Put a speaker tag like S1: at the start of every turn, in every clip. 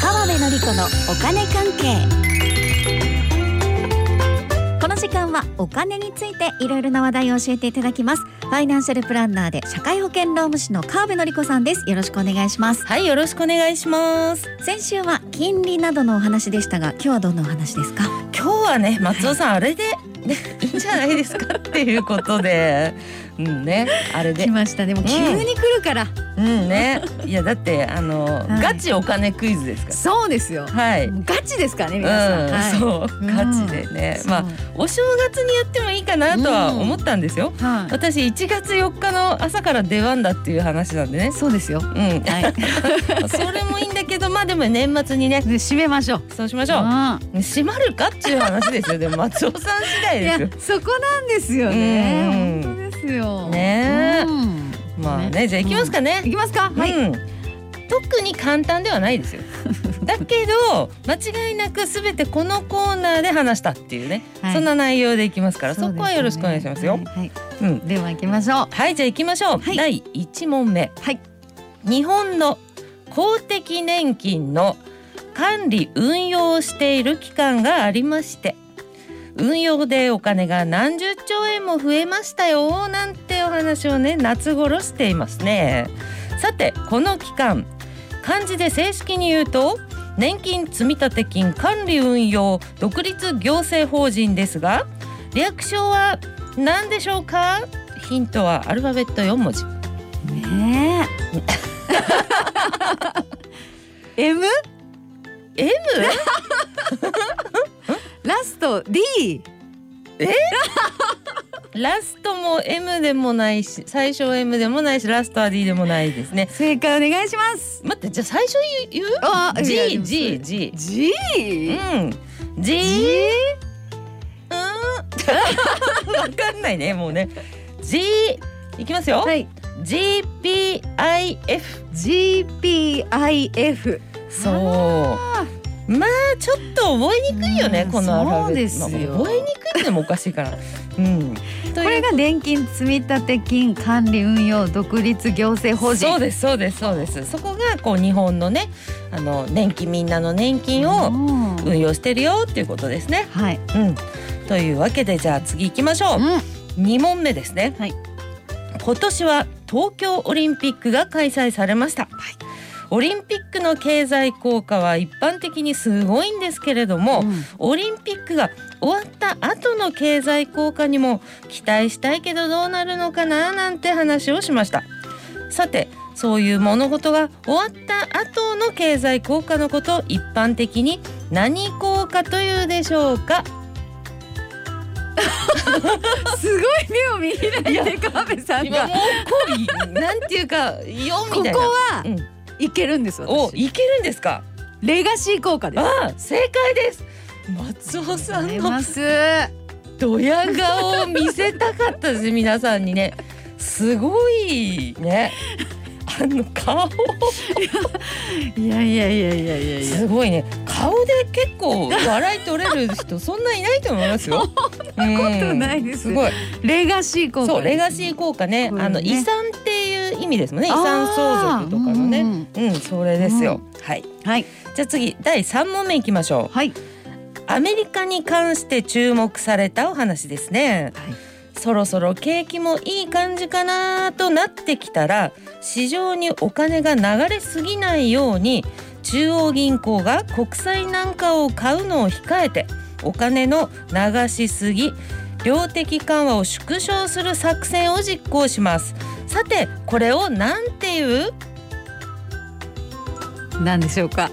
S1: 子のお金関係この時間はお金についていろいろな話題を教えていただきますファイナンシャルプランナーで社会保険労務士の川辺紀子さんですよろしくお願いします
S2: はい、よろしくお願いします。
S1: 先週は金利などのお話でしたが今日はどんなお話ですか
S2: 今日はね、松尾さん、あれで、ね、いいんじゃないですかっていうこ とで。うんね、あれで
S1: 来、ましたでも
S2: ん
S1: 急に来るから、
S2: うんね、いや、だって、あの、
S1: い
S2: ガチお金クイズですか
S1: そうですよ
S2: ら。はい。
S1: もうガチですからね
S2: うん、
S1: 皆さん、はい
S2: そう、
S1: うん
S2: ガチでね、
S1: そう
S2: まあ、お正月にやってもいいかなとは思ったんですよ。
S1: はい
S2: 私1月4日の朝から出番だっていう話なんでね、
S1: そうですよ。
S2: うん、
S1: はい。
S2: それもいいんだけど、まあでも年末にね、
S1: で締めましょう。
S2: そうしましょう。
S1: あ
S2: 閉まるかっていう話ですよ。でも松尾さん次
S1: あ
S2: 第
S1: い
S2: で
S1: や
S2: すよ。
S1: そこなんですよね。
S2: うん
S1: 本当ですよ。
S2: ねえ
S1: うん
S2: まあね、じゃあ行きますか
S1: い
S2: ね。
S1: きますか。はい。
S2: うん。特に簡単ではな いですよ。だけど間違いなくすべてこのコーナーで話したっていうね、
S1: はい
S2: そんな内容でいきますから、
S1: うですね
S2: そこはよろしくお願いしますよ。
S1: はい。
S2: うん。
S1: では行きましょう。
S2: はい、じゃあ行きましょう。
S1: はい
S2: 第一問目。
S1: はい。
S2: 日本の公的年金の管理運用をしている機関がありまして運用でお金が何十兆円も増えましたよなんてお話をね夏頃していますねさてこの機関漢字で正式に言うと年金積立金管理運用独立行政法人ですが略称は何でしょうかヒントはアルファベット4文字
S1: ねえ。M
S2: M?
S1: ラスト D。
S2: ラストも M でもないし最初は M でもないしラストは D でもないですね
S1: 正解お願いします。
S2: 待ってじゃあ最初言う
S1: あいやでもそれ
S2: ?GGG
S1: G。
S2: うん G うーんわかんないねもうね G いきますよ、
S1: はい。
S2: GPIF
S1: G P I F。
S2: そうまあちょっと覚えにくいよね、
S1: うん
S2: このアルファベット
S1: そうですよ
S2: まあ覚えにくいのもおかしいからうんこ
S1: これが年金積立金管理運用独立行政法人
S2: そうですそうですそうですそこがこう日本のねあの年金みんなの年金を
S1: うん
S2: 運用してるよっていうことですね。
S1: はい、
S2: うん、というわけでじゃあ次行きましょう。2問目ですね、
S1: はい
S2: 今年は東京オリンピックが開催されました、オリンピックの経済効果は一般的にすごいんですけれども、
S1: うん
S2: オリンピックが終わった後の経済効果にも期待したいけどどうなるのかななんて話をしましたさてそういう物事が終わった後の経済効果のことを一般的に何効果というでしょうか
S1: すごい目を見開いて川辺さん
S2: 今
S1: が
S2: もうこうなんていうかよみ
S1: ここ
S2: たいな
S1: は
S2: うん
S1: いけるんです
S2: お
S1: 私
S2: いけるんですか
S1: レガシー効果です
S2: あ正解です松尾さんの
S1: す
S2: ドヤ顔を見せたかったです皆さんにねすごいねあの顔
S1: いやいやいやいやいやいや
S2: すごいね顔で結構笑い取れる 人そんないないと思いますよそんな
S1: ことないです
S2: すごい
S1: レガシー効果
S2: そうレガシー効果ね
S1: これね
S2: あの遺産っていう意味ですもんね遺
S1: あー
S2: 産相続とかの
S1: う
S2: ね
S1: ん
S2: うんそれですよ、はい
S1: はい
S2: じゃあ次第3問目いきましょう
S1: はい
S2: アメリカに関して注目されたお話ですね、
S1: はい
S2: そろそろ景気もいい感じかなとなってきたら市場にお金が流れすぎないように中央銀行が国債なんかを買うのを控えてお金の流しすぎ量的緩和を縮小する作戦を実行しますさてこれをなんていう
S1: 何でしょうか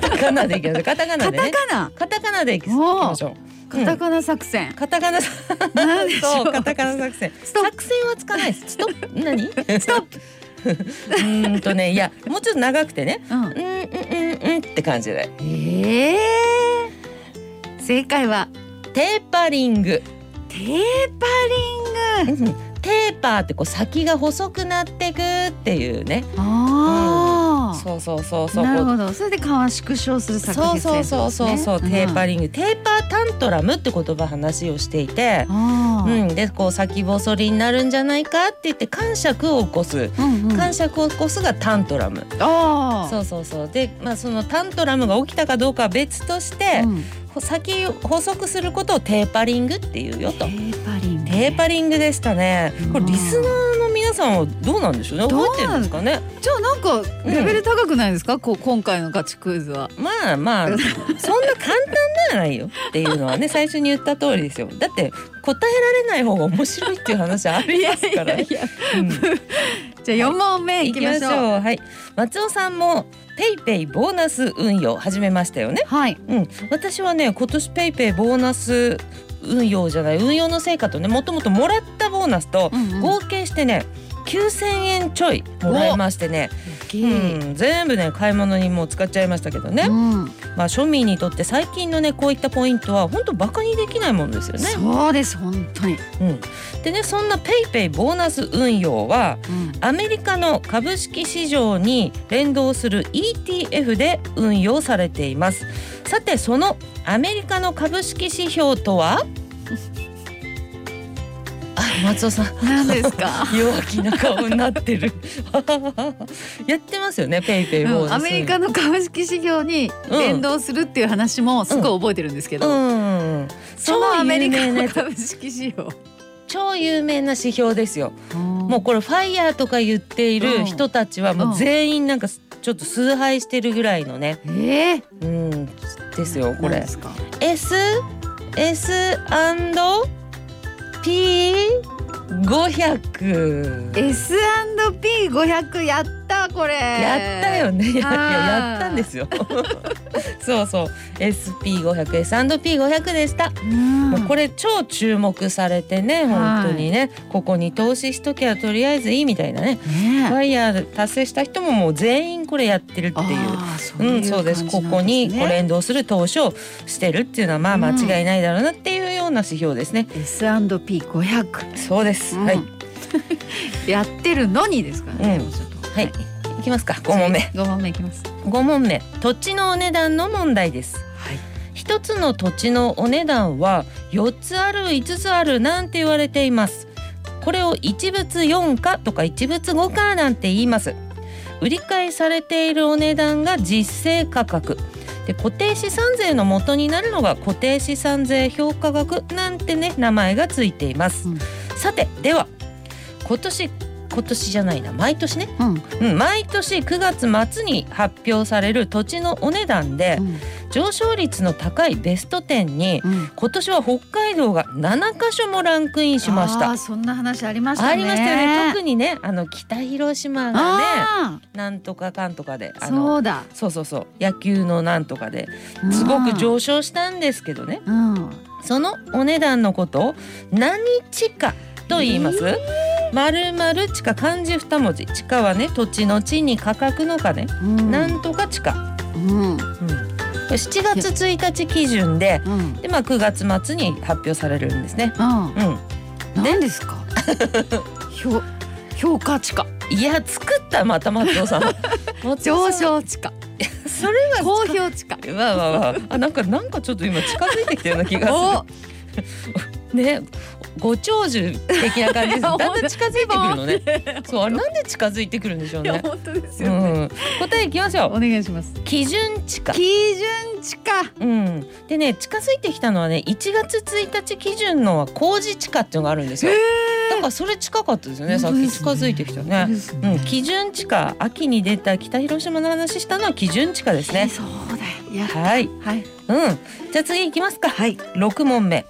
S2: カタカナでいきましょうカタカナ
S1: カ
S2: で
S1: タ
S2: ね
S1: カナ
S2: カタカナでいきましょう
S1: カタカナ作戦
S2: カタカナさ
S1: 何でしょ
S2: そううカタカナ作戦
S1: ストップ
S2: 作戦はつかないですストップ何ストップうーんとねいやもうちょっと長くてね
S1: うん
S2: うんうんうんうんって感じで
S1: ええ正解は
S2: テーパリング
S1: テーパリング。
S2: うんテーパーってこう先が細くなってくっていうね
S1: あ
S2: そうそうそうそう
S1: なるほどそれで川縮小する作
S2: そう
S1: 品
S2: そうそうそうそう、テーパ
S1: リ
S2: リングテーパータントラムって言葉話をしていて、
S1: あ
S2: う
S1: ー
S2: ん、でこう先細りになるんじゃないかって言って感触を起こす
S1: うんうん、
S2: 感触を起こすがタントラム、
S1: あー
S2: そうそうそうで、まあ、そのタントラムが起きたかどうかは別として、
S1: うん
S2: 先補足することをテーパリングっていうよと
S1: テ。ーパリング
S2: テーパリングでしたね
S1: うん。
S2: これリスナーの皆さんはどうなんでしょうね。
S1: どう
S2: 覚えてるんですかね。
S1: じゃあなんかレベル高くないですか、こう今回のガチクイズは
S2: まあ まあそんな簡単ではないよっていうのはね最初に言った通りですよ。だって答えられない方が面白いっていう話あります からね。
S1: や
S2: うん
S1: じゃあ四問目い
S2: 行
S1: き
S2: き
S1: ま
S2: ま
S1: し
S2: し
S1: ょう
S2: ょう。はい。松尾さんもペイペイボーナス運用始めましたよね。
S1: はい
S2: うん。私はね今年ペイペイボーナス運用じゃない運用の成果とねもともともらったボーナスと
S1: うんうん
S2: 合計してね9,000円ちょいもらいましてね、
S1: 大き
S2: う
S1: い
S2: ん、全部ね買い物にもう使っちゃいましたけどね、
S1: うん
S2: まあ庶民にとって最近のねこういったポイントは本当バカにできないものですよね。
S1: そうです本当に、
S2: うん、でねそんな PayPay ペイペイボーナス運用は
S1: うん
S2: アメリカの株式市場に連動する ETF で運用されています。さてそのアメリカの株式指標とは あ松尾さん
S1: 何です か
S2: 弱気な顔になってる やってますよねペイペイボーナス、
S1: アメリカの株式市業に連動するっていう話もすごい覚えてるんですけど、
S2: うん
S1: そのアメリカ
S2: 超有名な
S1: の
S2: やつ
S1: 株式市業
S2: 超有名な指標ですよもうこれファイヤーとか言ってい
S1: うん
S2: る人たちはもう全員なんかちょっと崇拝してるぐらいのね
S1: うえー、
S2: うんですよこ
S1: 何
S2: れ
S1: ですか
S2: S S P 五百
S1: S&P500 やったこれ
S2: やったよね、やいや
S1: あー
S2: やったんですよ そうそう SP500 S&P500 でした、
S1: うん
S2: もうこれ超注目されてね
S1: はい
S2: 本当にねここに投資しときゃとりあえずいいみたいなね
S1: ねえ
S2: ファイヤー達成した人ももう全員これやってるっていう。
S1: あーそうい
S2: ん、そうです
S1: 感じ
S2: こ
S1: なん
S2: こにこう
S1: ね
S2: 連動する投資をしてるっていうのはまあ間違いないだろうなっていうような指標ですね、
S1: S&P500、
S2: そうです、
S1: うん
S2: はい、
S1: やってるのにですからね、
S2: うん
S1: もうちょっと
S2: はいいきますか5問目
S1: 5問目いきます
S2: 5問目土地のお値段の問題です
S1: はい
S2: 一つの土地のお値段は4つある5つあるなんて言われていますこれを一物4価とか一物5価なんて言います売り買いされているお値段が実勢価格で固定資産税の元になるのが固定資産税評価額なんてね名前がついています、
S1: うん
S2: さてでは今年今年じゃないな毎年ね、
S1: うん
S2: うん、毎年9月末に発表される土地のお値段で、
S1: うん
S2: 上昇率の高いベスト10に
S1: うん
S2: 今年は北海道が7箇所もランクインしまし
S1: あ
S2: た
S1: ー。そんな話ありましたね
S2: ありましたよね特にねあの北広島がね
S1: あ
S2: なんとかかんとか
S1: ー
S2: であ
S1: そ
S2: の
S1: うだ
S2: そうそうそう野球のなんとかですごく上昇したんですけどね
S1: うん
S2: そのお値段のことを何地価と言います、まるまる地価漢字二文字地価はね土地の地に価格の金、
S1: うん
S2: なんとか地価、
S1: うん
S2: うん、これ7月1日基準で
S1: うんうん
S2: でまあ9月末に発表されるんですね。うん、
S1: 何です か評評価地価
S2: いや作ったまた松尾さん。 松尾
S1: 上
S2: さん
S1: 昇地価
S2: それは
S1: 公表地価
S2: わあわあわああなんかなんかちょっと今近づいてきたような気 がする。ねご長寿的 な感じです。だんだん近づいてくるのね。そうあれなんで近づいてくるんでしょう
S1: いや
S2: ね。
S1: 本当です
S2: う
S1: よね、
S2: ん、答えいきましょ
S1: お願いします
S2: う。基準地価。
S1: 基準地価
S2: うん、でね近づいてきたのはね1月1日基準のは工事地価っていうのがあるんですよ。だからそれ近かったですよね。さっき近づいてきたね。
S1: です
S2: うん、基準地価秋に出た北広島の話したのは基準地価ですね。
S1: そうだよ。いや
S2: はい、
S1: はい。
S2: うん、じゃあ次行きますか。
S1: はい。
S2: 六問目。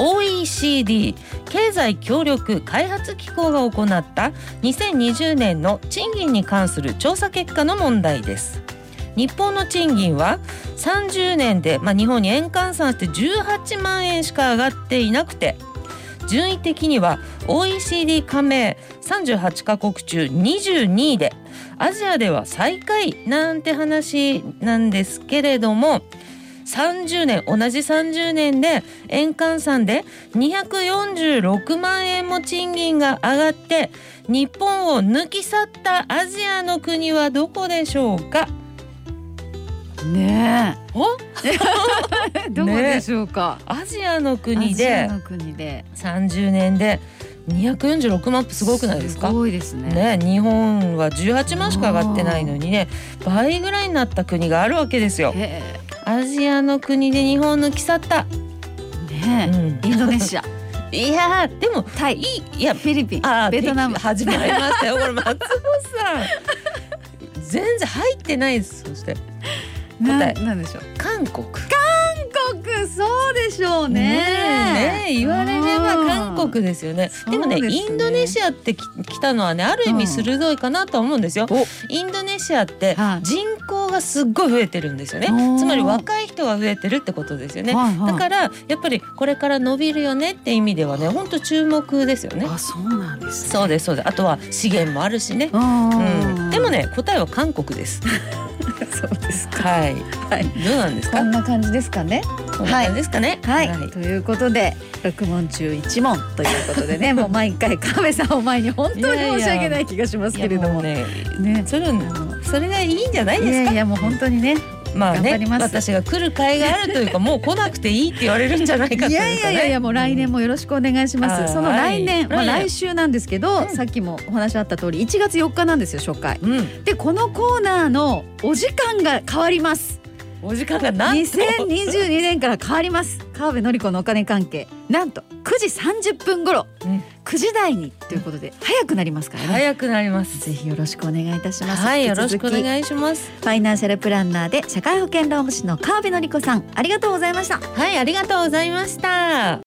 S2: OECD 経済協力開発機構が行った2020年の賃金に関する調査結果の問題です日本の賃金は30年で、まあ、日本に円換算して18万円しか上がっていなくて順位的には OECD 加盟38カ国中22位でアジアでは最下位なんて話なんですけれども30年同じ30年で円換算で246万円も賃金が上がって日本を抜き去ったアジアの国はどこでしょうか
S1: ね
S2: お
S1: えどうでしょうか、
S2: アジアの国
S1: アジア
S2: で
S1: の国で
S2: 30年で246万ってすごくないですか
S1: すごいですね
S2: ね、日本は18万しか上がってないのにね倍ぐらいになった国があるわけですよ。
S1: へ
S2: アジアの国で日本抜き去った、
S1: えね
S2: うん
S1: え、インドネ シア
S2: いやーでも
S1: タイ
S2: いいいや
S1: フィリピン
S2: あー
S1: ベトナム
S2: べ始まりましたよこれ松本さん全然入ってないですそして
S1: な
S2: 答え
S1: なんでしょう
S2: 韓国
S1: 韓国そうでしょうね
S2: ねえ言われれば韓国ですよね
S1: そう
S2: でもね
S1: ですね
S2: インドネシアってき来たのはねある意
S1: う
S2: 味
S1: ん
S2: 鋭いかなとは思うんですよ、
S1: お
S2: インドネシアって
S1: はい
S2: 人口がすっごい増えてるんですよね
S1: おー
S2: つまり若い人が増えてるってことですよね
S1: はいはい
S2: だからやっぱりこれから伸びるよねって意味ではね本当注目ですよね
S1: あそうなんですね
S2: そうですそうですあとは資源もあるしねうん、でもね答えは韓国です。
S1: そうですか
S2: はい、
S1: はい
S2: どうなんです
S1: こ
S2: か。
S1: んな感じですかね
S2: こんな感じですかね。
S1: はい、ということで6問中1問ということで ねもう毎回川辺さんを前に本当に申し訳ない気がします
S2: い
S1: け
S2: や
S1: れど
S2: も
S1: も
S2: うね、
S1: ね
S2: それ
S1: あの
S2: それがいいんじゃない
S1: い
S2: です
S1: や
S2: か。
S1: いやもう本当にね
S2: まあ
S1: 頑張
S2: ね
S1: り、ます
S2: 私が来る会があるというか、もう来なくていいって言われるんじゃないかというか
S1: い
S2: ね。
S1: やいやいやいやもう来年もよろしくお願いします、
S2: うん
S1: その来年、
S2: はい
S1: まあ、
S2: 来年
S1: 来週なんですけど、
S2: うん
S1: さっきもお話あった通り1月4日なんですよ初回
S2: うん。
S1: でこのコーナーのお時間が変わります
S2: お時間がなんと。
S1: 2022年から変わります川辺典子のお金関係なんと9時30分頃
S2: うん
S1: 9時台にということで早くなりますからね
S2: 早くなります。
S1: ぜひよろしくお願いいたします。
S2: はい、よ
S1: 引き
S2: ろし
S1: 続
S2: くお
S1: き
S2: 願いします。
S3: ファイナンシャルプランナーで社会保険労務士の川辺典子さんありがとうございました
S2: はい、ありがとうございました。